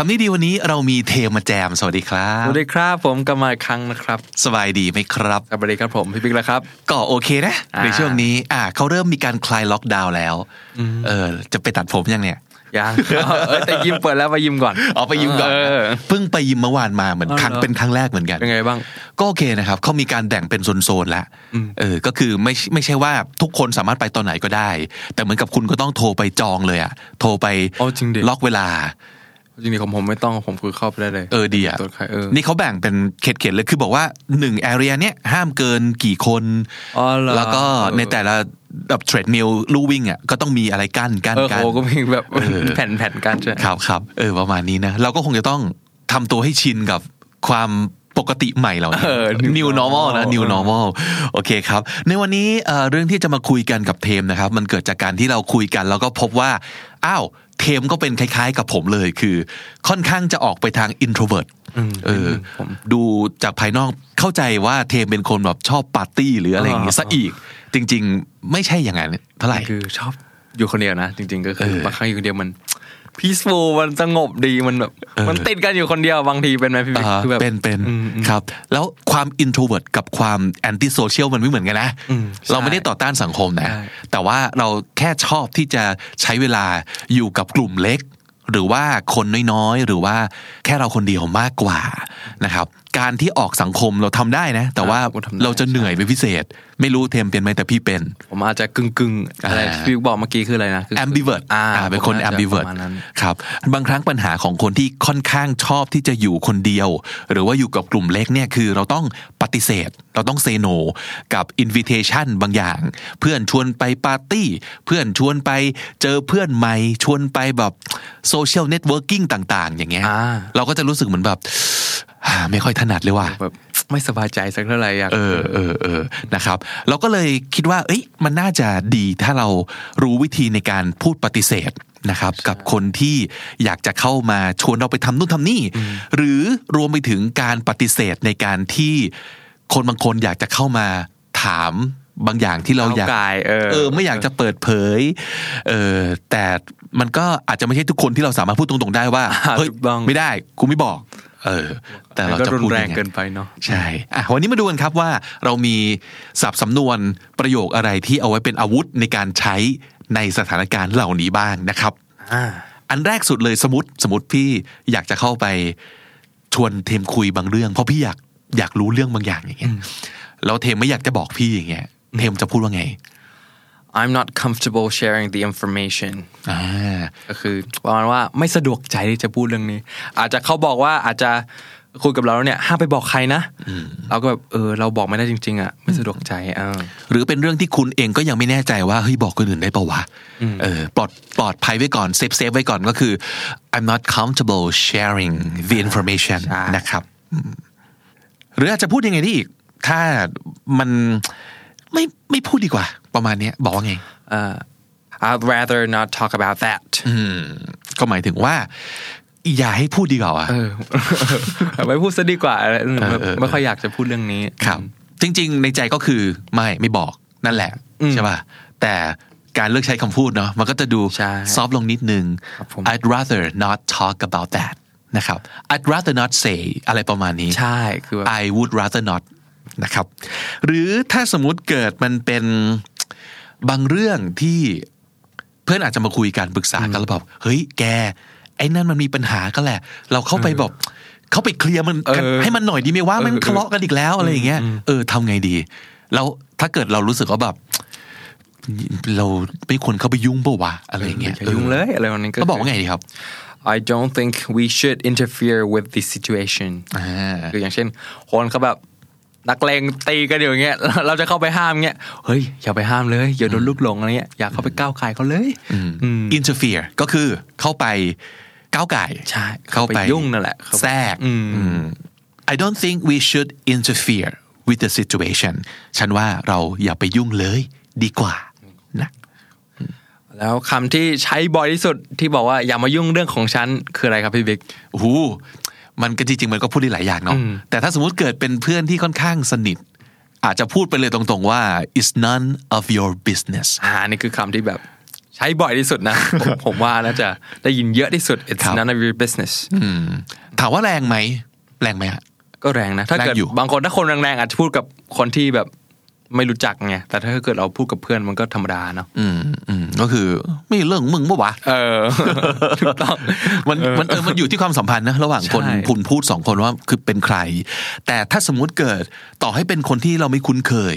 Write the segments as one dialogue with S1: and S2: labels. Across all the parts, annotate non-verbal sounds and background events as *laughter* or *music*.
S1: คำนี้ดีวันนี้เรามีเทมาแจม สวัสดีครับ
S2: สวัสดีครับผมกลับมาอีกครั้งนะครับ
S1: สบายดีไหมครับ
S2: สวัสดีครับผมพี่ปิ๊กแล้วครับ
S1: ก็โอเคนะ
S2: อ่า
S1: ในช่วงนี้ อ่าเขาเริ่มมีการคลายล็อกดาวน์แล้ว เออ จะไปตัดผมยังเนี่ย
S2: ยัง *laughs* เออแต่ยิมเปิดแล้วไปยิมก่อน
S1: *laughs* อ๋อไปยิมก่อน
S2: เออ
S1: นะเพิ่งไปยิมเมื่อวานมาเหมือนครั้ง
S2: อ๋อเหรอ
S1: เป็นครั้งแรกเหมือนกัน
S2: เป็นไงบ้าง
S1: ก็โอเคนะครับเขามีการแบ่งเป็นโซนๆแล้วเออก็คือไม่ใช่ไม่ใช่ว่าทุกคนสามารถไปตอนไหนก็ได้ แต่เหมือนกับคุณก็ต้องโทรไปจองเลยอะโทรไป
S2: อ๋อจริงดิ
S1: ล็อกเวลา
S2: จริงๆของผมไม่ต้องของผมคือเข้าไปได้เลย
S1: เออดีอะ
S2: ตรวจใครเออ
S1: นี่เขาแบ่งเป็นเขตๆเลยคือบอกว่าหนึ่งแอเรียเนี้ยห้ามเกินกี่คน
S2: อ๋อเหรอ
S1: แล้วก็ในแต่ละแบบเทรดมิลลู่วิ่งอะก็ต้องมีอะไรกั้นกั้น
S2: เออ
S1: กั้น
S2: โหก็มีแบบ
S1: เออ
S2: แผ่นแผ่นการใช่ไหม
S1: ครับครับเออประมาณนี้นะ เราก็คงจะต้องทำตัวให้ชินกับความปกติใหม่เหล่านี้
S2: เออ new
S1: new normal นะ new
S2: normal
S1: normal โอเคครับ ในวันนี้เอ่อเรื่องที่จะมาคุยกันกับเทมนะครับ มันเกิดจากการที่เราคุยกัน แล้วก็พบว่า อ้าว เทมก็เป็นคล้ายๆกับผมเลยคือ ค่อนข้างจะออกไปทาง introvert เออดูจากภายนอกเข้าใจว่าเทมเป็นคนแบบชอบปาร์ตี้หรืออะไรอย่างเงี้ยซะอีก จริง ๆ ไม่ใช่อย่างนั้นเท่าไหร่
S2: คือชอบอยู่คนเดียวนะ จริง ๆ ก็คือ
S1: เออบ
S2: างครั้งอยู่คนเดียวมัน peaceful มันสงบดีมันแบบ
S1: เออ
S2: มันติดกันอยู่คนเดียวบางทีเป็นไหมพี่ปิ๊ก
S1: อ่า
S2: คือแบบ
S1: เป็นเป็นครับ แล้วความ introvert กับความ anti social มันไม่เหมือนกันนะ
S2: อืมใช่
S1: เราไม่ได้ต่อต้านสังคมนะ
S2: ใช่
S1: แต่ว่าเราแค่ชอบที่จะใช้เวลาอยู่กับกลุ่มเล็ก หรือว่าคนน้อยๆ หรือว่าแค่เราคนเดียวมากกว่านะครับ การที่ออกสังคมเราทำได้นะ แต่ว่า
S2: ครับผมทำได้
S1: เราจะเหนื่อยเป็นพิเศษ ไม่รู้เทมเป็นไหมแต่พี่เป็น
S2: ผมอาจจะกึ่งกึ่งๆอะไร
S1: อ่า
S2: พี่ปิ๊กบอกเมื่อกี้คืออะไรนะคื
S1: ambivert
S2: อ่า
S1: อ่าเป็นคน
S2: ผมอาจจะ
S1: ambivert
S2: ประมาณนั้น
S1: ครับ บางครั้งปัญหาของคนที่ค่อนข้างชอบที่จะอยู่คนเดียว หรือว่าอยู่กับกลุ่มเล็กเนี่ยคือเราต้องปฏิเสธ เราต้องเซโนกับ invitation บางอย่าง เพื่อนชวนไปปาร์ตี้ เพื่อนชวนไปเจอเพื่อนใหม่ ชวนไปแบบโซเชียลเน็ตเวิร์กิ่งต่าง ๆ อย่างเงี้ย
S2: อ่า
S1: เราก็จะรู้สึกเหมือนแบบ *sniffs* อ่าไม่ค่อยถนัดเลยว่ะ
S2: แบบไม่สบายใจสักเท่าไหร่อยาก
S1: เออเออเออนะครับ เราก็เลยคิดว่า เอ้ย มันน่าจะดีถ้าเรารู้วิธีในการพูดปฏิเสธนะครับ กับคนที่อยากจะเข้ามาชวนเราไปทำนู่นทำนี่ หรือรวมไปถึงการปฏิเสธในการที่คนบางคนอยากจะเข้ามาถามบางอย่างที่เราอยาก
S2: ก้าวก่ายเออ
S1: ไม่อยากจะเปิดเผย เออแต่มันก็อาจจะไม่ใช่ทุกคนที่เราสามารถพูดตรงๆได้ว่า
S2: อ่า
S1: เฮ้ย
S2: *laughs* ถูกต้อง
S1: ไม่ได้กูไม่บอก เออ แต่เรา
S2: ก็
S1: จะ
S2: รุน
S1: พูด
S2: แร
S1: ยัง งไง
S2: เกินไปเนาะ
S1: ใช่อ่ะวันนี้มาดูกันครับว่าเรามีศัพท์สำนวนประโยคอะไรที่เอาไว้เป็นอาวุธในการใช้ในสถานการณ์เหล่านี้บ้างนะครับ อันแรกสุดเลยสมมติสมมติพี่อยากจะเข้าไปชวนเทมคุยบางเรื่อง เพราะพี่อยากอยากรู้เรื่องบางอย่างอย่างเงี้ยแล้วเทมไม่อยากจะบอกพี่อย่างเงี้ยเทมจะพูดว่าไง
S2: I'm not comfortable sharing the information
S1: อ่า
S2: ก็คือประมาณว่าไม่สะดวกใจที่จะพูดเรื่องนี้ อาจจะเขาบอกว่าอาจจะคุยกับเราแล้วเนี่ยห้ามไปบอกใครนะเราก็แบบเออเราบอกไม่ได้จริง ๆอ่ะไม่สะดวกใจเออ
S1: หรือเป็นเรื่องที่คุณเองก็ยังไม่แน่ใจว่าเฮ้ยบอกคนอื่นได้ปะวะเออปลอดปลอดภัยไว้ก่อนเซฟเซฟไว้ก่อนก็คือ I'm not comfortable sharing the information
S2: ใช่
S1: นะครับอืมหรืออาจจะพูดยังไงได้อีก ถ้ามันไม่ไม่พูดดีกว่า ประมาณเนี้ยบอกว่าไง
S2: เออ I'd rather not talk about that
S1: อืม ก็หมายถึงว่า อย่าให้พูดดีกว่าอะ
S2: เออ ไม่พูดซะดีกว่าอะไรแบบไม่ค่อยอยากจะพูดเรื่องนี้
S1: ครับจริง ๆ ในใจก็คือไม่ไม่บอกนั่นแหละ
S2: อืม
S1: ใช่ป่ะแต่การเลือกใช้คำพูดเนาะมันก็จะดู
S2: ใช่
S1: ซอฟต์ลงนิดนึง
S2: ครับผม
S1: I'd rather not talk about that นะครับ I'd rather not say อะไรประมาณนี้
S2: ใช่คือแบบ
S1: I would rather not นะครับ หรือถ้าสมมุติเกิดมันเป็นบางเรื่องที่เพื่อนอาจจะมาคุยกันปรึกษากันแล้วแบบเฮ้ยแก ไอ้นั่นมันมีปัญหาก็แหละ เราเข้าไปแบบเข้าไปเคลียร์มัน
S2: เออ
S1: ให้มันหน่อยดีไหมว่า
S2: เออ
S1: มันทะเลาะกันอีกแล้วอะไรอย่างเงี้ยเออทำไงดี แล้วถ้าเกิดเรารู้สึกว่าแบบ เราไม่ควรเข้าไปยุ่งเปล่าวะอะไรอย่างเงี้ย
S2: อย่ายุ่งเลยอะไรวันนี้ก็
S1: ก็
S2: คื
S1: บอกว่าไงดีครับ
S2: I don't think we should interfere with the situation
S1: อ่า
S2: คืออย่างเช่นคนเขาแบบนักเลงตีกันอยู่อย่างเงี้ย *laughs* เราเราจะเข้าไปห้ามเงี้ยเฮ้ยอย่าไปห้ามเลยอย่าโดนลูกหลงอะไรเงี้ยอย่าเข้าไปก้าวไก่ายเขาเลย
S1: อืม interfere ก็คือเข้าไปก้าวไก่าย
S2: ใช่
S1: เข้าไป
S2: เข้าไปยุ่งนั่นแหละเข้าไป
S1: แทรก
S2: อืม
S1: อืม I don't think we should interfere with the situation ฉันว่าเราอย่าไปยุ่งเลยดีกว่านะ
S2: แล้วคำที่ใช้บ่อยที่สุดที่บอกว่าอย่ามายุ่งเรื่องของฉันคืออะไรครับพี่บิ๊ก
S1: โอ้โหมันก็จริงๆ มันก็พูดได้หลายอย่างเนาะแต่ถ้าสมมุติเกิดเป็นเพื่อนที่ค่อนข้างสนิท อาจจะพูดไปเลยตรงๆว่า it's none of your business
S2: อ่านี่คือคำที่แบบใช้บ่อยที่สุดนะ *laughs* ผมผมว่าน่าจะได้ยินเยอะที่สุด it's
S1: ครับ
S2: none of your business
S1: อืมถามว่าแรงไหมแรงไหมฮะ
S2: ก็แรงนะ ถ้าเกิ
S1: แร
S2: ด
S1: งอยู่
S2: บางคนถ้าคนแรงๆอาจจะพูดกับคนที่แบบไม่รู้จักไงแต่ถ้าเกิดเราพูดกับเพื่อนมันก็ธรรมดาเนาะ
S1: อืมอืมก็คือไม่เรื่องมึงปะวะ
S2: เออ *laughs* ถูกต้อง
S1: มันมันเออมันอยู่ที่ความสัมพันธ์นะระหว่างคน
S2: ใช่
S1: คุณพูดสองคนว่าคือเป็นใคร แต่ถ้าสมมุติเกิดต่อให้เป็นคนที่เราไม่คุ้นเคย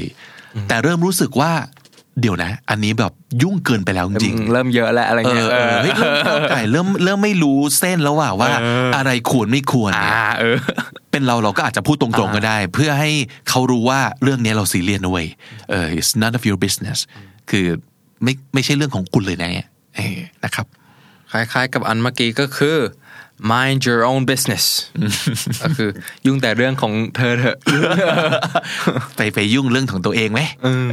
S1: แต่เริ่มรู้สึกว่า เดี๋ยวนะ อันนี้แบบยุ่งเกินไปแล้วจริง
S2: เริ่มเยอะแล้วอะไร
S1: ๆเออ
S2: เงี้
S1: ย เออเฮ้ยเริ่มเข้าใจเริ่มเริ่มไม่รู้เส้นแล้วว่าว่า อะไรควรไม่ควร
S2: อ่า
S1: เนี่ย
S2: เออ
S1: เป็นเราเราก็อาจจะพูดตรงๆก็ได้ เพื่อให้เขารู้ว่าเรื่องนี้เราซีเรียสนะเว้ยเออ it's none of your business คือไม่ไม่ใช่เรื่องของคุณเลยนะเนี่ยเออนะครับ
S2: คล้ายๆกับอันเมื่อกี้ก็คือ mind your own
S1: *laughs*
S2: business ก็คือยุ่งแต่เรื่องของเธอเถอะ
S1: *laughs* ไปไปยุ่งเรื่องของตัวเองไหม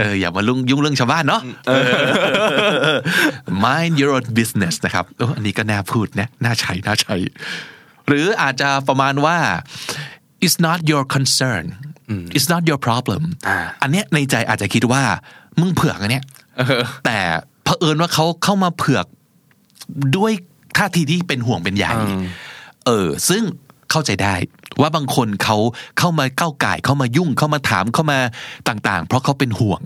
S1: เอออย่ามาลุ่งยุ่งเรื่องชาวบ้านเนาะเออ *laughs* mind your own business นะครับโอ้อันนี้ก็น่าพูดนะน่าใช้น่าใช้ หรืออาจจะประมาณว่า it's not your concern it's not your problem
S2: อ่า
S1: อันเนี้ยในใจอาจจะคิดว่า มึงเผือกอันเนี้ยแต่เผอิญว่าเขาเข้ามาเผือก ด้วยท่าทีที่เป็นห่วงเป็นใยเออ ซึ่งเข้าใจได้ ว่าบางคนเขาเข้ามาก้าวไก่ายเข้ามายุ่งเข้ามาถามเข้ามาต่าง ๆ เพราะเขาเป็นห่วง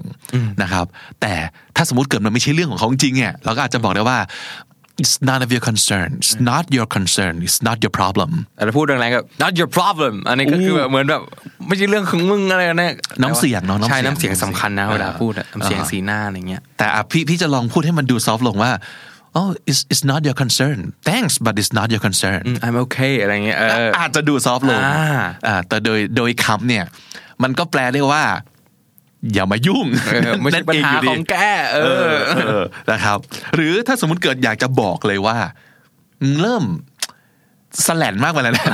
S1: นะครับ แต่ถ้าสมมติเกิดมันไม่ใช่เรื่องของเขาจริงๆเนี่ยเราก็อาจจะบอกได้ว่า it's none of your concern it's not your concern it's not your problem
S2: แต่ถ้าพูดแรงๆก็ not your problem อันนี้ก็คือแบบเหมือนแบบ ไม่ใช่เรื่องของมึงอะไรนะ
S1: น้ำเสียงเนอะน้ำเสียง
S2: ใช่น้ำเสียงสำคัญนะ
S1: เออ
S2: เวลาพูดอะน้ำเสียงสีหน้าอะไรเงี้ย
S1: แต่อ่ะพี่พี่จะลองพูดให้มันดูซอฟลงว่า oh it's it's not your concern thanks but it's not your concern
S2: I'm okay อะไรเงี้ยเออ
S1: อาจจะดูซอฟต์ลง
S2: อ่า
S1: อ่าแต่โดยโดยคำเนี่ย มันก็แปลได้ว่า อย่ามายุ่ง
S2: เออไม่ใช่ปัญหา
S1: นั่นเยู่ดี
S2: ของแกเอ
S1: เอ
S2: อ
S1: อเออนะครับ หรือถ้าสมมติเกิดอยากจะบอกเลยว่ามึงเริ่มแสแลนมากไปแล้วนะ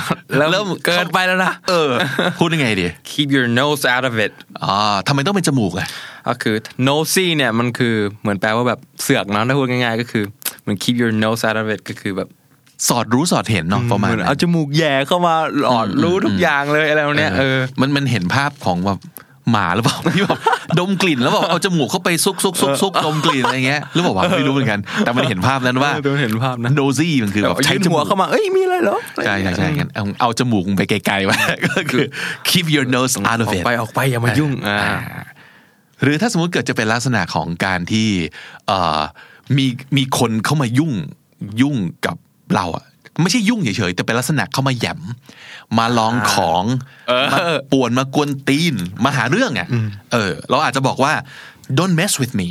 S2: เริ่มเกินไปแล้วนะ
S1: เออ พูดยังไงดี
S2: keep your nose out of it
S1: อ๋อทำไมต้องเป็นจมูกอ่ะ
S2: ก็คือ nosy เนี่ยมันคือเหมือนแปลว่าแบบเสือกเนอะถ้าพูดง่ายๆ ก็คือเหมือน keep your nose out of it ก็คือแบบ
S1: สอดรู้สอดเห็นเนาะประมาณ
S2: เหมือน
S1: นั้น
S2: เอาจมูกแหย่เข้ามาหลอดรู้ทุกอย่างเลยอะไรแบบเนี้ยเออ
S1: มันมันเห็นภาพของแบบหมาหรือเปล่า *laughs* ที่แบบดมกลิ่นแล้วแบบเอาจมูกเข้าไปซุกซุกซุกซุกดมกลิ่นอะไรเงี้ยหรือเปล่าวะไม่รู้เหมือนกัน แต่มันเห็นภาพนั้นว่า
S2: เออเห็นภาพนะ
S1: โนซี่มันคือแบบ
S2: เอา
S1: ใช้
S2: ยื่น
S1: จ
S2: หั
S1: มู
S2: ว
S1: ก
S2: เข้ามา เอ้ยมีอะไรเหรอ
S1: ใช่ใช่ใช่งั้นเอาเอาจมูกมึงไปไกลๆไว้ *laughs* ก็คือ keep your nose out
S2: อ
S1: of
S2: อก
S1: it
S2: ไปออกไปอย่ามายุ่งอ่า
S1: หรือถ้าสมมติเกิดจะเป็นลักษณะของการที่เอ่อมีมีคนเข้ามายุ่งยุ่งกับเราอะไม่ใช่ยุ่งเฉยๆแต่เป็นลักษณะเข้ามาแหยมมาลองของมาป่วนมากวนตีนมาหาเรื่องอะเออ เราอาจจะบอกว่า don't mess with me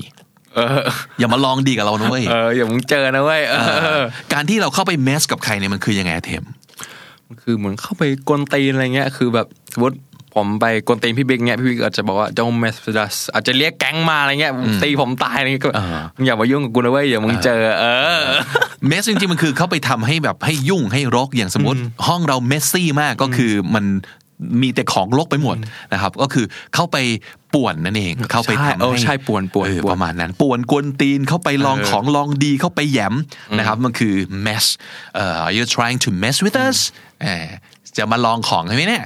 S2: เออ
S1: อย่ามาลองดีกับเรานะเว้ย
S2: เอออย่ามึงเจอนะเว้ยเอ
S1: เอ
S2: อ
S1: อการที่เราเข้าไป mess กับใครเนี่ยมันคือยังไงอะเทม
S2: คือเหมือนเข้าไปกวนตีนอะไรเงี้ย คือแบบสมมติผมไปกวนตีนพี่บิ๊กเงี้ยพี่บิ๊กอาจจะบอกว่า don't mess with us อาจจะเรียกแก๊งมาอะไรเงี้ยตีผมตายอะไรเงี้ยก็
S1: อ่า
S2: มึงอย่ามายุ่งกับกูนะเว้ยอย่ามึงเจอ เออ
S1: เมสจริงๆมันคือเข้าไปทำให้แบบให้ยุ่งให้รกอย่างสมมติ ห้องเราเมสซี่มากก็คือมันมีแต่ของรกไปหมดนะครับ ก็คือเข้าไปป่วนนั่นเอง เข้าไป
S2: ใช่
S1: ทำ
S2: เออ
S1: ให้
S2: ใช่ป่วนป่วน
S1: เออ
S2: ป่วน
S1: ประมาณนั้น ป่วนกวนตีนเข้าไปลองของลองดีเข้าไปแหยมนะครับ มันคือ mess เอ่อ are you trying to mess with us เออจะมาลองของใช่ไหมเนี่ย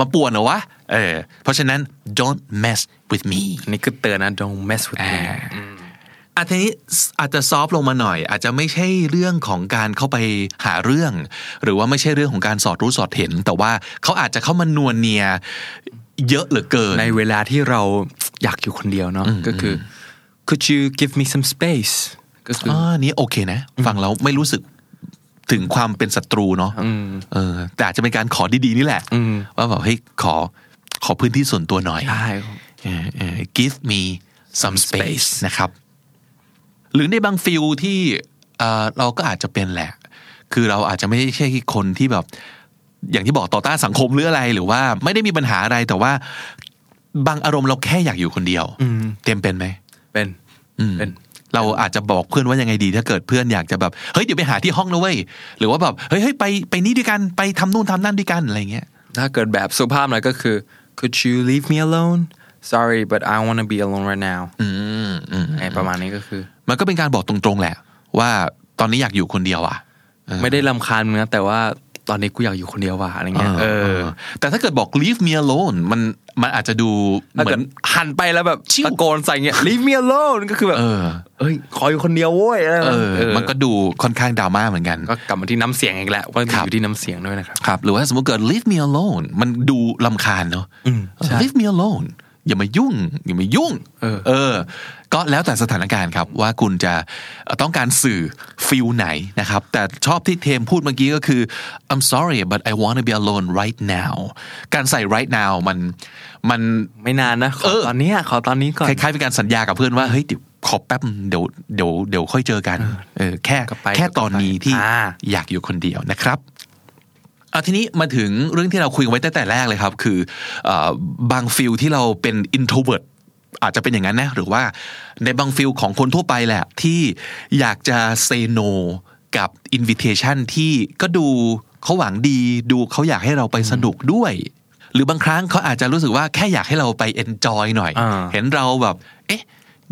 S1: มาป่วนเหรอวะเออเพราะฉะนั้น don't mess with me
S2: อันนี้คือเตือนนะ don't mess with me
S1: อาทีนี้อาจจะซอฟต์ลงมาหน่อย อาจจะไม่ใช่เรื่องของการเข้าไปหาเรื่อง หรือว่าไม่ใช่เรื่องของการสอดรู้สอดเห็น แต่ว่าเขาอาจจะเข้ามานวเนียเยอะเหลือเกิน
S2: ในเวลาที่เราอยากอยู่คนเดียวเนาะก็คือ could you give me some space ก็คืออ
S1: อ่านี่โอเคนะ ฟังแล้วไม่รู้สึกถึงความเป็นศัตรูเนาะเออ แต่อาจจะเป็นการขอดีๆนี่แหละว่าแบบเฮ้ยขอขอพื้นที่ส่วนตัวหน่อย
S2: ใช่ครับ
S1: เออเออ give me some space นะครับ หรือในบางฟิลที่เอ่อเราก็อาจจะเป็นแหละ คือเราอาจจะไม่ใช่คนที่แบบ อย่างที่บอกต่อต้านสังคมหรืออะไร หรือว่าไม่ได้มีปัญหาอะไรแต่ว่า บางอารมณ์เราแค่อยากอยู่คนเดียวเต็มเป็นไหม
S2: เป็นเป็น
S1: เราอาจจะบอกเพื่อนว่ายังไงดีถ้าเกิดเพื่อนอยากจะแบบเฮ้ยเดี๋ยวไปหาที่ห้องนะเว้ยหรือว่าแบบเฮ้ยเฮ้ยไปไปนี่ด้วยกันไปทำนู่นทำนั่นด้วยกันอะไรเงี้ย
S2: ถ้าเกิดแบบสุภาพหน่อยก็คือ could you leave me alone sorry but I want to be alone right now
S1: อืมอืม
S2: ไอ้ประมาณนี้ก็คือ
S1: มันก็เป็นการบอกตรงๆแหละ ว่าตอนนี้อยากอยู่คนเดียวอ่ะเออ
S2: ไม่ได้ลำคาญมึงนะแต่ว่าตอนนี้กูอยากอยู่คนเดียวว่ะอะไรเงี้ยเออ
S1: แต่ถ้าเกิดบอก leave me alone มันมันอาจจะดู
S2: ถ้า
S1: เหมื
S2: เกิ
S1: อ
S2: ด
S1: น
S2: หันไปแล้วแบบ
S1: ชิว
S2: ตะโกนใส่เงี้ย leave me alone ก็คือแบบ
S1: เออ
S2: เอ้ยขออยู่คนเดียวโว้ยอะไร
S1: เออ
S2: เออ
S1: มันก็ดูค่อนข้างดราม่าเหมือนกัน
S2: ก็กลับมาที่น้ำเสียงอีกแล้วว่า
S1: ครับ
S2: อยู่ที่น้ำเสียงด้วยนะครับ
S1: ครับหรือว่าสมมติเกิด leave me alone มันดูลำคาญเนอะ
S2: อืมใช่
S1: leave me alone อย่ามายุ่ง อย่ามายุ่ง
S2: เออ
S1: เออ ก็แล้วแต่สถานการณ์ครับว่าคุณจะต้องการสื่อฟิลไหนนะครับ แต่ชอบที่เทมพูดเมื่อกี้ก็คือ I'm sorry but I want to be alone right now การใส่ right now มันมัน
S2: ไม่นานนะขอ
S1: เออ
S2: ตอนเนี้ยขอตอนนี้ก่อน
S1: คล้ายๆเป็นการสัญญากับเพื่อนว่าเฮ้ยเดี๋ยวขอแป๊บเดี๋ยวเดี๋ยวเดี๋ยวค่อยเจอกันเออแค่
S2: ก็ไป
S1: แค่ตอนนี้ที่
S2: อ่า
S1: อยากอยู่คนเดียวนะครับเอาทีนี้มาถึงเรื่องที่เราคุยกันไว้ตั้งแต่แรกเลยครับ คือเออบางฟิลที่เราเป็น introvert อาจจะเป็นอย่างนั้นนะ หรือว่าในบางฟิลของคนทั่วไปแหละ ที่อยากจะ say no กับ invitation ที่ก็ดูเขาหวังดี ดูเขาอยากให้เราไปสนุกด้วย หรือบางครั้งเขาอาจจะรู้สึกว่าแค่อยากให้เราไป enjoy หน่อย
S2: อ่า
S1: เห็นเราแบบ เอ๊ะ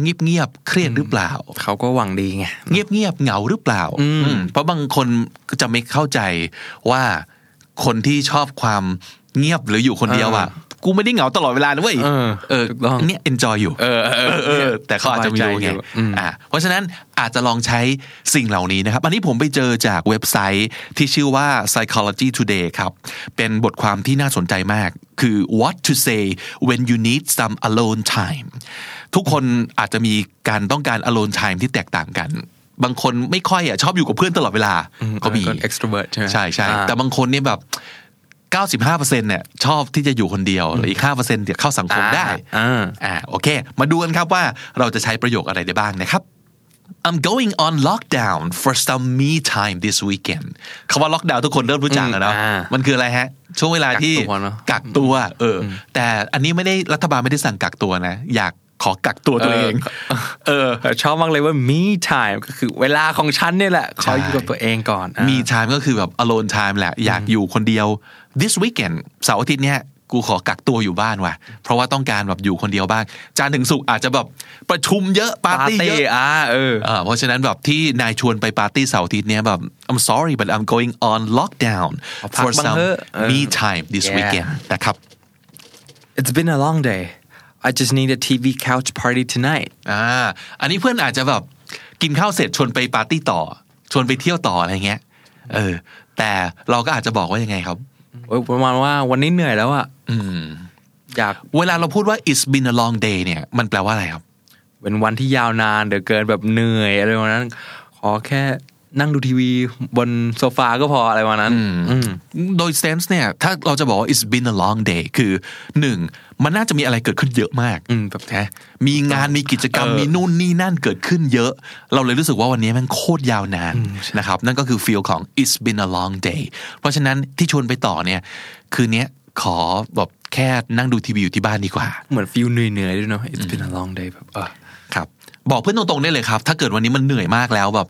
S1: เงียบเงียบๆเครียดหรือเปล่า
S2: เขาก็หวังดีไง
S1: เงียบเงียบๆเหงาหรือเปล่า
S2: อืม
S1: อืมเพราะบางคนก็จะไม่เข้าใจว่าคนที่ชอบความเงียบหรืออยู่คนเดียวอ่ะ กูไม่ได้เหงาตลอดเวลานะเว้ย
S2: เออ
S1: เออ
S2: ถูกต้อง
S1: เนี่ย enjoy อยู่
S2: เออเออ
S1: เออแต่เขาอาจจะไม่รู้
S2: สบายใจอ
S1: ไง
S2: ยู่อืม
S1: อ่าเพราะฉะนั้นอาจจะลองใช้สิ่งเหล่านี้นะครับ อันนี้ผมไปเจอจากเว็บไซต์ที่ชื่อว่า psychology today ครับ เป็นบทความที่น่าสนใจมาก คือ what to say when you need some alone time ทุกคนอาจจะมีการต้องการ alone time ที่แตกต่างกัน บางคนไม่ค่อยอ่ะชอบอยู่กับเพื่อนตลอดเวลาก็มี
S2: คน extrovert ใช่ไหม
S1: ใช่ใช่
S2: อ่า
S1: แต่บางคนนี่แบบ95%เนี่ยชอบที่จะอยู่คนเดียวหรืออีก5%เดี๋ยวเข้าสังคมได้
S2: อ่า
S1: อ่าโอเค มาดูกันครับว่าเราจะใช้ประโยคอะไรได้บ้างนะครับ I'm going on lockdown for some me time this weekend คำว่าล็อกดาวน์ทุกคนเริ่มรู้จักแล้วเนาะ
S2: อืมอ่ามั
S1: มันคืออะไรฮะ ช่วงเวลาที่
S2: กักตัวเนอะ
S1: กักตัวเอออ แต่อันนี้ไม่ได้รัฐบาลไม่ได้สั่งกักตัวนะ อยากขอกักตัวตัวเอง เออ
S2: แต่ชอบมากเลยว่า me time ก็คือเวลาของฉันเนี่ยแหละ ขออยู่กับตัวเองก่อนอ่ะ
S1: มี time ก็คือแบบ alone time แหละ อยากอยู่คนเดียว this weekend เสาร์อาทิตย์เนี้ยกูขอกักตัวอยู่บ้านว่ะ เพราะว่าต้องการแบบอยู่คนเดียวบ้างจันทร์ถึงศุกร์อาจจะแบบประชุมเยอะปาร์ตี้เยอะ
S2: อ่าเออ
S1: อ่าเพราะฉะนั้นแบบที่นายชวนไปปาร์ตี้เสาร์อาทิตย์เนี้ยแบบ I'm sorry but I'm going on lockdown
S2: เอาพัก
S1: for
S2: บ้าง
S1: some
S2: เถอะเออ
S1: me time this
S2: Yeah.
S1: weekend นะครับ
S2: It's been a long day I just need a TV couch party tonight
S1: อ่าอันนี้เพื่อนอาจจะแบบกินข้าวเสร็จชวนไปปาร์ตี้ต่อ ชวนไปเที่ยวต่ออะไรเงี้ยเออ แต่เราก็อาจจะบอกว่ายังไงครับ
S2: โอ้ยประมาณว่าวันนี้เหนื่อยแล้วอ่ะอยาก
S1: เวลาเราพูดว่า it's been a long day เนี่ยมันแปลว่าอะไรครับ
S2: เป็นวันที่ยาวนานเดี๋ยวเกินแบบเหนื่อยอะไรประมาณนั้น ขอแค่นั่งดูทีวีบนโซฟาก็พออะไรประมาณนั้นอืม
S1: โดย sense เนี่ยถ้าเราจะบอกว่า it's been a long day คือหนึ่งมันน่าจะมีอะไรเกิดขึ้นเยอะมาก
S2: อืมแบบ
S1: นะมีงานมีกิจกรรม
S2: เออ
S1: มีนู่นนี่นั่นเกิดขึ้นเยอะ เราเลยรู้สึกว่าวันนี้มันโคตรยาวนานนะครับนั่นก็คือฟีลของ it's been a long day เพราะฉะนั้นที่ชวนไปต่อเนี่ยคืนเนี้ยขอแบบแค่นั่งดูทีวีอยู่ที่บ้านดีกว่า
S2: เหมือนฟิลเหนื่อยๆด้วยเนาะ It's been a long day แบบเออ
S1: ครับบอกเพื่อนตรงๆได้เลยครับ ถ้าเกิดวันนี้มันเหนื่อยมากแล้วแบบ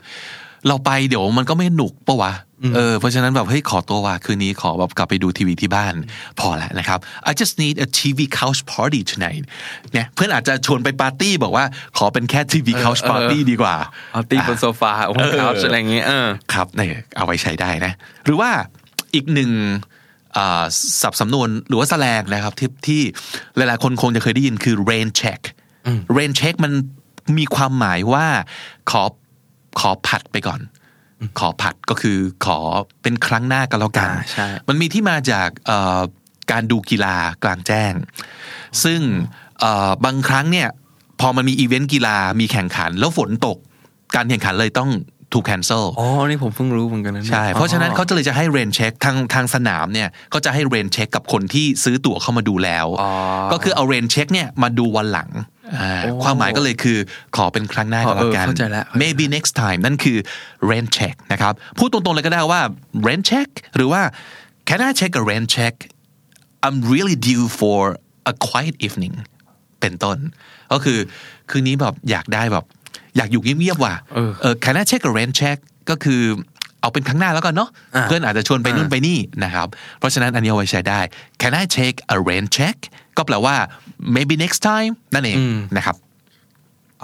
S1: เราไปเดี๋ยวมันก็ไม่หนุกปะวะเออเพราะฉะนั้นแบบเฮ้ยขอตัวว่ะคืนนี้ขอแบบกลับไปดูทีวีที่บ้านพอแล้วนะครับ I just need a TV couch party tonight เนี่ยเพื่อนอาจจะชวนไปปาร์ตี้บอกว่าขอเป็นแค่ TV couch
S2: เออ
S1: party ดีกว่า
S2: เอาตี *laughs* บนโซฟาบน
S1: เออ
S2: คาวชอะไรอย่างเงี้ยเออ
S1: ครับเนี่ยเอาไว้ใช้ได้นะ หรือว่าอีกหนึ่งอ่าสับสำนวนหรือว่าแสแลงนะครับที่ที่หลายๆคนคงจะเคยได้ยินคือ rain check rain check มันมีความหมายว่าขอขอผัดไปก่อน ขอผัดก็คือขอเป็นครั้งหน้าก็แล้วกัน
S2: อ่าใช่
S1: มันมีที่มาจากเอ่อการดูกีฬากลางแจ้ง ซึ่งเอ่อบางครั้งเนี่ยพอมันมีอีเวนต์กีฬามีแข่งขัน แล้วฝนตกการแข่งขันเลยต้องถูกแคนเซิล
S2: อ๋อ นี่ผมเพิ่งรู้เหมือนกันนะนี่ย
S1: ใช่ เพราะฉะนั้นเขาจะเลยจะให้เรนเช็คทางทางสนามเนี่ยก็จะให้เรนเช็คกับคนที่ซื้อตั๋วเข้ามาดูแล้ว
S2: อ๋อ
S1: ก็คือเอาเรนเช็คเนี่ยมาดูวันหลังอ่า
S2: โอ้
S1: ความหมายก็เลยคือขอเป็นครั้งหน้าก็แล้วกัน
S2: เออเข้าใจแล้ว
S1: maybe next time นั่นคือ rent check นะครับ พูดตรงๆเลยก็ได้ว่า rent check หรือว่า can I check a rent check I'm really due for a quiet evening เป็นต้น ก็คือคืนนี้แบบอยากได้แบบ อยากอยู่เงียบๆว่ะ
S2: เออ
S1: เออ can I check a rent check ก็คือ เอาเป็นครั้งหน้าแล้วกันเนาะ
S2: อ่า
S1: เพื่อนอาจจะชวนไปนู่นไปนี่นะครับ เพราะฉะนั้นอันนี้เอาไว้ใช้ได้ can I take a rain check ก็แปลว่า maybe next time นั่นเองนะครับ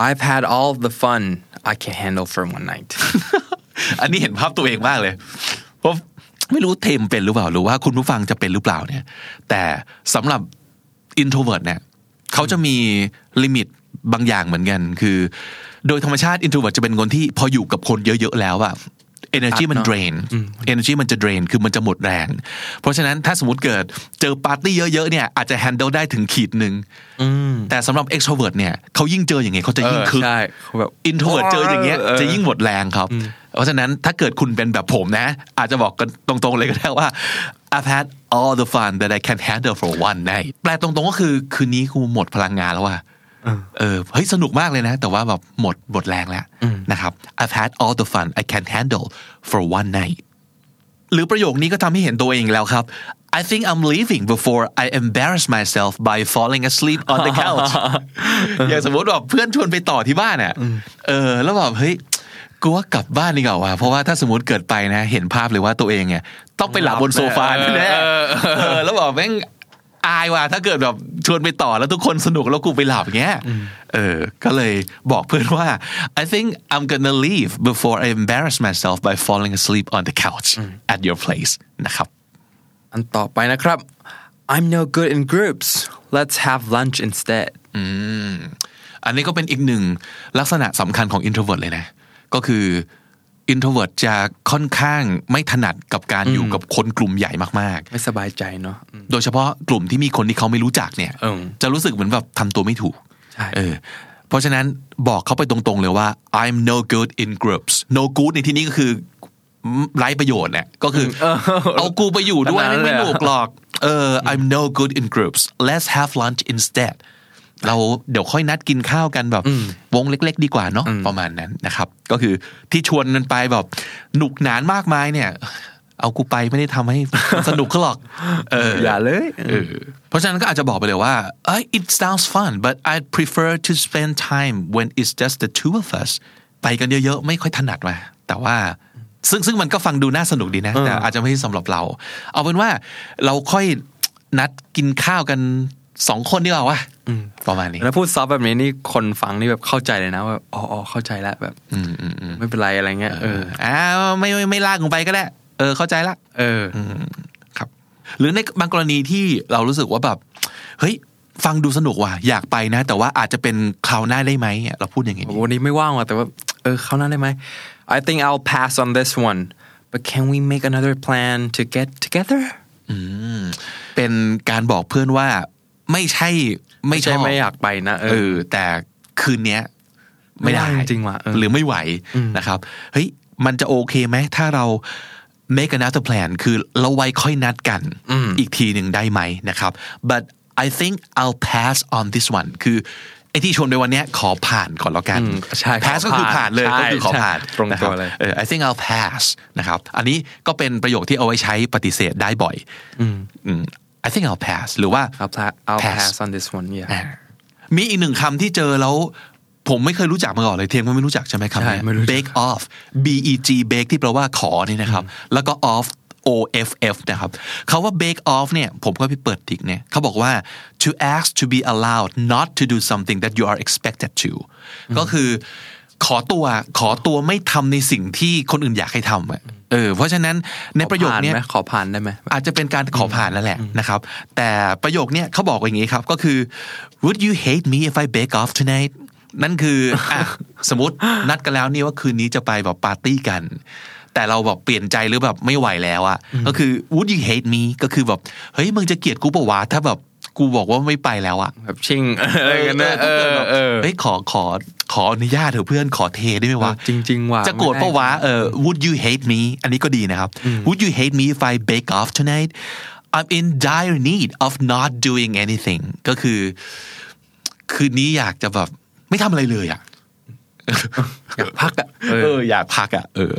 S2: I've had all the fun I can handle for one night
S1: อันนี้เห็นภาพตัวเองมากเลยเพราะไม่รู้เทมเป็นหรือเปล่าหรือว่าคุณผู้ฟังจะเป็นหรือเปล่าเนี่ย แต่สำหรับ introvert เนี่ยเขาจะมีลิมิตบางอย่างเหมือนกัน คือ โดยธรรมชาติ introvert จะเป็นคนที่พออยู่กับคนเยอะ ๆ แล้วอะ energy มัน drain energy มันจะ drain คือมันจะหมดแรง เพราะฉะนั้นถ้าสมมติเกิดเจอปาร์ตี้เยอะๆเนี่ยอาจจะ handle ได้ถึงขีดหนึ่งแต่สำหรับ extrovert เนี่ยเขายิ่งเจออย่างไงเขาจะยิ่งคึก
S2: เออใช่เขาแบบ
S1: อินโทรเวิร์ดเจออย่างเงี้ย
S2: เออ
S1: จะยิ่งหมดแรงครับ เพราะฉะนั้นถ้าเกิดคุณเป็นแบบผมนะ อาจจะบอกกันตรงๆเลยก็ได้ว่า I've had all the fun that I can handle for one night แปลตรงๆก็คือคืนนี้กูหมดพลังงานแล้วว่ะเออเฮ้ยสนุกมากเลยนะ แต่ว่าแบบหมดหมดแรงแล้วนะครับ I've had all the fun I can handle for one night หรือประโยคนี้ก็ทำให้เห็นตัวเองแล้วครับ I think I'm leaving before I embarrass myself by falling asleep on the couch *laughs* อย่างสมมติแบบเพื่อนชวนไปต่อที่บ้านอ่ะเออ แล้วแบบเฮ้ยกูว่ากลับบ้านดีกว่าว่ะเพราะว่าถ้าสมมติเกิดไปนะ เห็นภาพเลยว่าตัวเองเนี่ยต้องไปหลับบนโซฟาแน่ๆเออแล้วแบบแม่งอายว่ะถ้าเกิดแบบชวนไปต่อแล้วทุกคนสนุกแล้วกูไปหลับเงี้ยเออ ก็เลยบอกเพื่อนว่า I think I'm gonna leave before I embarrass myself by falling asleep on the couch at your place นะครับ
S2: อันต่อไปนะครับ I'm no good in groups let's have lunch instead
S1: อันนี้ก็เป็นอีกหนึ่งลักษณะสำคัญของ introvert เลยนะ ก็คือ introvert จะค่อนข้างไม่ถนัดกับการอยู่กับคนกลุ่มใหญ่มาก
S2: ไม่สบายใจเนาะอืม
S1: ๆ โดยเฉพาะกลุ่มที่มีคนที่เขาไม่รู้จักเนี่ย
S2: เออ
S1: จะรู้สึกเหมือนแบบทำตัวไม่ถูก
S2: ใช่
S1: เออเพราะฉะนั้นบอกเขาไปตรงๆเลยว่า I'm no good in groups no good ในที่นี้ก็คือไร้ประโยชน์เนี่ยก็คืออเอากูไปอยู่ด้วยไม่หนุกหรอกเออ I'm no good in groups let's have lunch instead เราเดี๋ยวค่อยนัดกินข้าวกันแบบวงเล็ก ๆ ดีกว่าเนาะประมาณนั้นนะครับ ก็คือที่ชวนมันไปแบบหนุกหนานมากมายเนี่ย เอากูไปไม่ได้ทำให้สนุกก็หรอกเออ
S2: อย่าเลย
S1: เออเพราะฉะนั้นก็อาจจะบอกไปเลยว่าเอ้ย it sounds fun but I prefer to spend time when it's just the two of us ไปกันเยอะๆ ไม่ค่อยถนัดมาแต่ว่าซึ่งซึ่งมันก็ฟังดูน่าสนุกดีนะ แต่อาจจะไม่ใช่สำหรับเรา เอาเป็นว่าเราค่อยนัดกินข้าวกันสองคนดีกว่าวะประมาณนี้
S2: แล้วพูดซับแบบนี้นี่คนฟังนี่แบบเข้าใจเลยนะว่าอ๋ออ๋อเข้าใจแล้วแบบไม่เป็นไรอะไรเงี้ยเออ
S1: อ่าไม่ไม่ไม่ลากลงไปก็ได้ เออเข้าใจละ
S2: เออ
S1: ครับหรือในบางกรณีที่เรารู้สึกว่าแบบ เฮ้ย ฟังดูสนุกว่ะอยากไปนะ แต่ว่าอาจจะเป็นคราวหน้าได้ไหมเนี่ยเราพูดอย่างงี้
S2: วันนี้ไม่ว่างว่ะแต่ว่าเออเข้าหน้าได้ไหม I think I'll pass on this one but can we make another plan to get together
S1: เป็นการบอกเพื่อนว่าไม่ใช่ไม่
S2: ไม่
S1: ช
S2: ใช่
S1: อบ
S2: ไม่อยากไปนะเอ
S1: เอ
S2: อ
S1: อ แต่คืนเนี้ย ไม่ได้
S2: ไม่ได้จริงว่ะเออ
S1: หรือไม่ไหวนะครับ เฮ้ย มันจะโอเคไหมถ้าเรา make another plan คือเราไว้ค่อยนัดกัน อีกทีหนึ่งได้ไหมนะครับ but I think I'll pass on this one คือไอ้ที่ชวนไปวันเนี้ยขอผ่านก่อนแล้วกัน
S2: ใช่
S1: pass
S2: ข
S1: ก็
S2: อผ่าน
S1: คือผ่านเลย
S2: ใช่
S1: ก็คือขอผ่าน
S2: ใช่ตรงตัว
S1: นะครับ
S2: เลย
S1: เออ I think I'll pass นะครับ อันนี้ก็เป็นประโยคที่เอาไว้ใช้ปฏิเสธได้บ่อยอืม I think I'll pass หรือว่า
S2: I'll pass I'll
S1: Pass
S2: pass on this one yeah
S1: อ่ามีอีกหนึ่งคำที่เจอแล้ว ผมไม่เคยรู้จักมาก่อนเลยเทียมก็ไม่รู้จักใช่ไหมคำ
S2: ใช่
S1: เนี้
S2: ไม่รู้จัก
S1: bake off b e g bake ที่แปลว่าขอนี่นะครับ แล้วก็ off o f f นะครับเขาว่า bake off เนี่ย ผมก็ไปเปิดทิกเนี่ยเขาบอกว่า to ask to be allowed not to do something that you are expected to ก็คือขอตัวขอตัวไม่ทำในสิ่งที่คนอื่นอยากให้ทำอะเออเพราะฉะนั้นในประโยคเนี้ย
S2: ผ่าไหมขอผ่านได้ไหม
S1: อาจจะเป็นการขอผ่านนั่นแหละนะครับ แต่ประโยคเนี้ยเขาบอกว่าอย่างนี้ครับ ก็คือ would you hate me if I bake off tonight นั่น *laughs* คืออ่ะ สมมตินัดกันแล้วนี่ว่าคืนนี้จะไปแบบปาร์ตี้กัน แต่เราแบบเปลี่ยนใจหรือแบบไม่ไหวแล้วอะก็คือ would you hate me ก็คือแบบเฮ้ยมึงจะเกลียดกูปะวะถ้าแบบกูบอกว่าไม่ไปแล้วอะ
S2: แบบชิงอะไรกันนะ
S1: เอ
S2: เอ
S1: อถ้าเกิด
S2: อ
S1: แบบ
S2: เออ
S1: เฮ้ยขอขอขออนุญาตเถอะเพื่อนขอเทได้ไหมวะ
S2: จริงๆว่ะ
S1: จะโกรธปะวะ
S2: ไม่ได้
S1: เออ would you hate me อันนี้ก็ดีนะครับ would you hate me if I bake off tonight I'm in dire need of not doing anything ก็คือ คืนนี้อยากจะแบบ ไม่ทำอะไรเลยอ่ะ
S2: อยากพักอ่ะเอ
S1: เออ
S2: อ
S1: อยากพักอ่ะเออ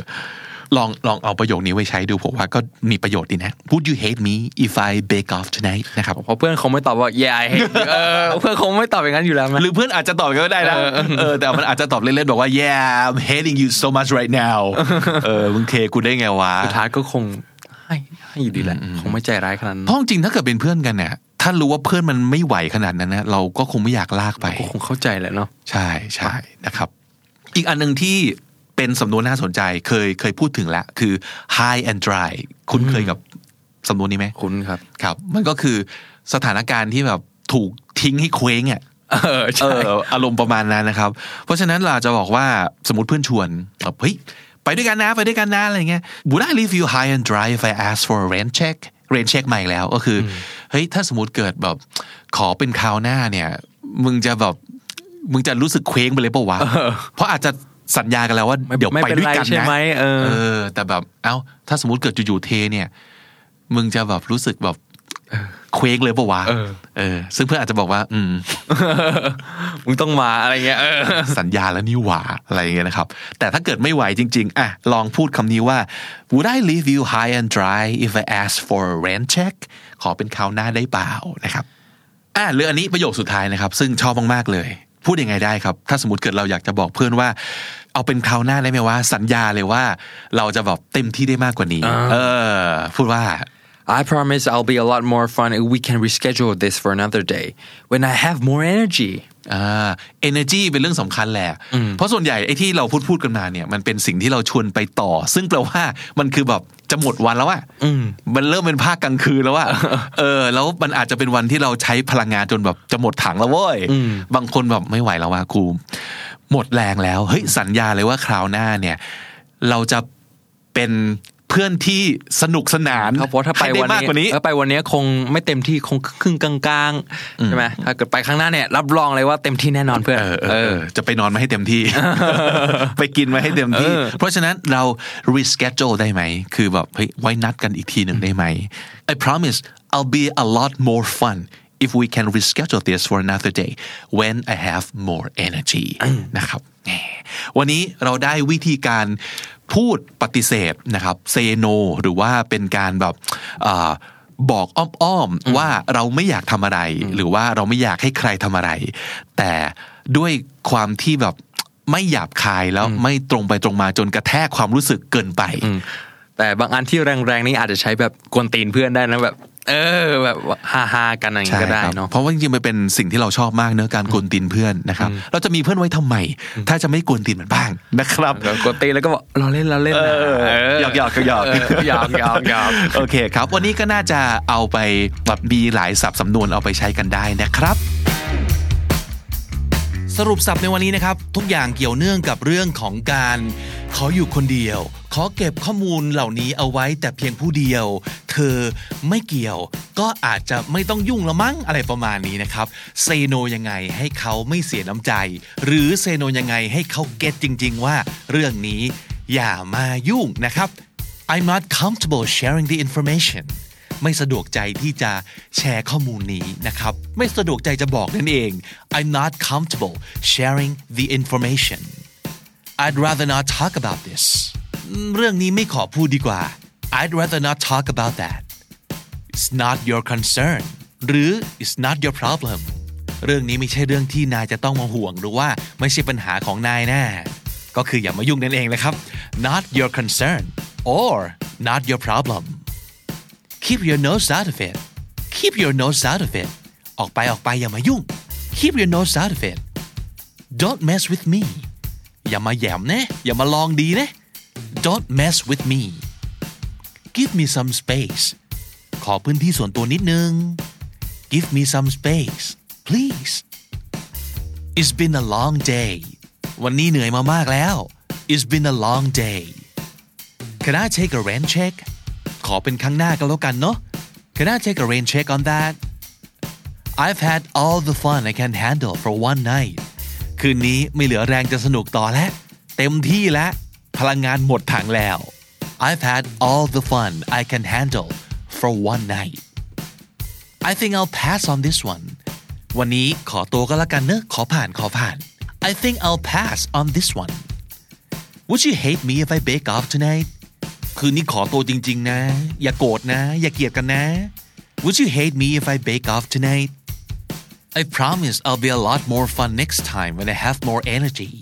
S1: ลองลองเอาประโยคนี้ไว้ใช้ดูผมว่าก็มีประโยชน์ดีนะ Would you hate me if I bake off tonight นะครับ
S2: *laughs* เพราะเพื่อนคงไม่ตอบว่า yeah I hate you เออเพื่อนคงไม่ตอบอย่างนั้นอยู่แล้วมั้ย
S1: หรือเพื่อนอาจจะตอบก็ได้นะเออแต่มันอาจจะตอบเล่นๆบอกว่า yeah I'm hating you so much right *laughs* now เออมึงเทกูได้ไงวะ
S2: สุดท้ายก็คงให้ให้อยู่ดีแหละ คงไม่ใจร้ายขนาดนั้น
S1: เพราะจริงๆถ้าเกิดเป็นเพื่อนกันเนี่ยถ้ารู้ว่าเพื่อนมันไม่ไหวขนาดนั้นนะเราก็คงไม่อยากลากไป
S2: ก็คงเข้าใจแหละเนาะ
S1: ใช่ใช่นะครับ อีกอันหนึ่งที่เป็นสำนวนน่าสนใจเคยเคยพูดถึงแล้วคือ high and dry คุ้นเคยกับสำนวนนี้ไหม
S2: คุ้นครับ
S1: ครับ มันก็คือสถานการณ์ที่แบบถูกทิ้งให้เคว้งอ่ะ
S2: เออ
S1: เอ
S2: ใช่
S1: ออารมณ์ประมาณนั้นนะครับ เพราะฉะนั้นเราจะบอกว่าสมมติเพื่อนชวนแบบเฮ้ยไปด้วยกันนะไปด้วยกันนะอะไรเงี้ย Would I leave you high and dry if I ask for a rent check rent check ใหม่แล้วก็คืออเฮ้ยถ้าสมมติเกิดแบบขอเป็นคราวหน้าเนี่ย มึงจะแบบมึงจะรู้สึกเคว้งไปเลยเปล่าวะเพราะอาจจะสัญญากันแล้วว่า
S2: ไม่
S1: เดี๋ยว
S2: ไม่
S1: ไป
S2: เป็น
S1: ด้วย
S2: ไร
S1: กัน
S2: ใช่
S1: นะ
S2: ไหมเออ
S1: เออ แต่แบบเอ้าถ้าสมมติเกิดอยู่ๆเทเนี่ย มึงจะแบบรู้สึกแบบเคว้งเลยเปล่าวะ
S2: เออ
S1: เออ ซึ่งเพื่อนอาจจะบอกว่า อืม
S2: มึงต้องมาอะไรเงี้ยเออ
S1: สัญญาแล้วนี่หว่าอะไรอย่างเงี้ยนะครับ แต่ถ้าเกิดไม่ไหวจริง ๆ อ่ะ ลองพูดคำนี้ว่า would I leave you high and dry if I ask for a rent check ขอเป็นคราวหน้าได้เปล่านะครับ อ่ะเรื่องอันนี้ประโยคสุดท้ายนะครับ ซึ่งชอบมากๆเลย พูดยังไงได้ครับ ถ้าสมมติเกิดเราอยากจะบอกเพื่อนว่า เอาเป็นคราวหน้าได้ไหมว่า สัญญาเลยว่า เราจะแบบเต็มที่ได้มากกว่านี้ เออ พูดว่า
S2: I promise I'll be a lot more fun if we can reschedule this for another day when I have more energy
S1: อ่า energy เป็นเรื่องสำคัญแหละ เพราะส่วนใหญ่ไอ้ที่เราพูดพูดกันมาเนี่ยมันเป็นสิ่งที่เราชวนไปต่อ ซึ่งแปลว่ามันคือแบบจะหมดวันแล้วอะมันเริ่มเป็นภาคกลางคืนแล้ว
S2: *laughs*
S1: อะเออ แล้วมันอาจจะเป็นวันที่เราใช้พลังงานจนแบบจะหมดถังแล้วเว้ย บางคนแบบไม่ไหวแล้วว่ากูหมดแรงแล้ว เฮ้ยสัญญาเลยว่าคราวหน้าเนี่ย เราจะเป็นเพื่อนที่สนุกสนาน
S2: เพราะถ้าไป
S1: ให้ด้
S2: วัน
S1: มากกว่านี้
S2: นี้ถ้าไปวันนี้คงไม่เต็มที่คงครึ่งกลางๆใช่ไหมถ้าเกิดไปข้างหน้าเนี่ยรับรองเลยว่าเต็มที่แน่นอนเพื่อน
S1: เออเออเออจะไปนอนมาให้เต็มที่ *laughs* ไปกินมาให้เต็มที่ เพราะฉะนั้นเรา reschedule ได้ไหม คือแบบเฮ้ยไว้นัดกันอีกทีหนึ่งได้ไหม I promise I'll be a lot more fun if we can reschedule this for another day when I have more energy *coughs* นะครับแหมวันนี้เราได้วิธีการพูดปฏิเสธนะครับ say no หรือว่าเป็นการแบบเอ่อ บอกอ้อมๆว่าเราไม่อยากทำอะไร หรือว่าเราไม่อยากให้ใครทำอะไร แต่ด้วยความที่แบบไม่หยาบคายแล้วไม่ตรงไปตรงมาจนกระแทกความรู้สึกเกินไป
S2: แต่บางอันที่แรงๆนี่อาจจะใช้แบบกวนตีนเพื่อนได้นะแบบ เออแบบฮาๆกันอะไรอย่างงี้ก็ได้
S1: ใช่ครับ
S2: เนาะ
S1: เพราะว่าจริงๆมันเป็นสิ่งที่เราชอบมากเนอะการกวนตีนเพื่อนนะครับ เราจะมีเพื่อนไว้ทำไม ถ้าจะไม่กวนตีนมันบ้างนะครับ
S2: แล้วกดตีแล้วก็บอกเราเล่นเราเล่นนะ
S1: หยอกหยอกหยอก
S2: เหยอกหยอกหยอก
S1: โอเคครับ วันนี้ก็น่าจะเอาไปแบบมีหลายศัพท์สำนวนเอาไปใช้กันได้นะครับ สรุปศัพท์ในวันนี้นะครับ ทุกอย่างเกี่ยวเนื่องกับเรื่องของการ ขออยู่คนเดียว ขอเก็บข้อมูลเหล่านี้เอาไว้แต่เพียงผู้เดียว เธอไม่เกี่ยว ก็อาจจะไม่ต้องยุ่งละมั้งอะไรประมาณนี้นะครับเซโนยังไงให้เขาไม่เสียน้ำใจ หรือเซโนยังไงให้เขาเก็ตจริง ๆ ว่าเรื่องนี้อย่ามายุ่งนะครับ I'm not comfortable sharing the information ไม่สะดวกใจที่จะแชร์ข้อมูลนี้นะครับ ไม่สะดวกใจจะบอกนั่นเอง I'm not comfortable sharing the information I'd rather not talk about this อืมเรื่องนี้ไม่ขอพูดดีกว่า I'd rather not talk about that It's not your concern หรือ It's not your problem เรื่องนี้ไม่ใช่เรื่องที่นายจะต้องมาห่วง หรือว่าไม่ใช่ปัญหาของนายแน่ก็คืออย่ามายุ่งนั่นเองนะครับ not your concern or not your problem keep your nose out of it keep your nose out of it ออกไปออกไปอย่ามายุ่ง keep your nose out of it don't mess with me อย่ามาแหยมนะอย่ามาลองดีนะ don't mess with me give me some space ขอพื้นที่ส่วนตัวนิดนึง give me some space please it's been a long day วันนี้เหนื่อยมามากแล้ว it's been a long day can I take a rain check ขอเป็นครั้งหน้าก็แล้วกันเนาะ can I take a rain check on that I've had all the fun I can handle for one night คืนนี้ไม่เหลือแรงจะสนุกต่อแล้ว เต็มที่แล้ว พลังงานหมดถังแล้ว I've had all the fun I can handle for one night I think I'll pass on this one วันนี้ขอตัวก็แล้วกันเนอะขอผ่านขอผ่าน I think I'll pass on this one Would you hate me if I bake off tonight คืนนี้ขอตัวจริง ๆ นะ อย่าโกรธนะ อย่าเกลียดกันนะ Would you hate me if I bake off tonight I promise I'll be a lot more fun next time when I have more energy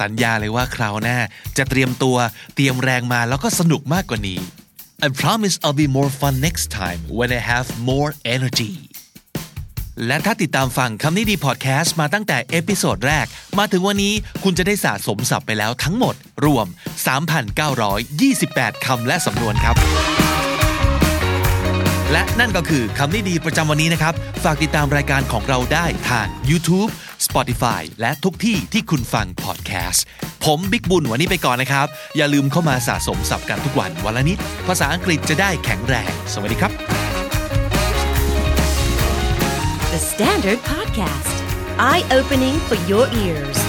S1: สัญญาเลยว่าคราวหน้าจะเตรียมตัวเตรียมแรงมาแล้วก็สนุกมากกว่านี้ I promise I'll be more fun next time when I have more energy และถ้าติดตามฟังคำนี้ดีพอดแคสต์มาตั้งแต่เอพิโซดแรก มาถึงวันนี้คุณจะได้สะสมศัพท์ไปแล้วทั้งหมด รวม 3,928 คำและสำนวนครับ และนั่นก็คือคำนี้ดีประจำวันนี้นะครับ ฝากติดตามรายการของเราได้ทาง YouTube Spotify และทุกที่ที่คุณฟังพอดแคสต์ ผมบิ๊กบุญวันนี้ไปก่อนนะครับ อย่าลืมเข้ามาสะสมศัพท์กันทุกวันวันละนิด ภาษาอังกฤษจะได้แข็งแรง สวัสดีครับ
S3: The Standard Podcast, eye opening for your ears.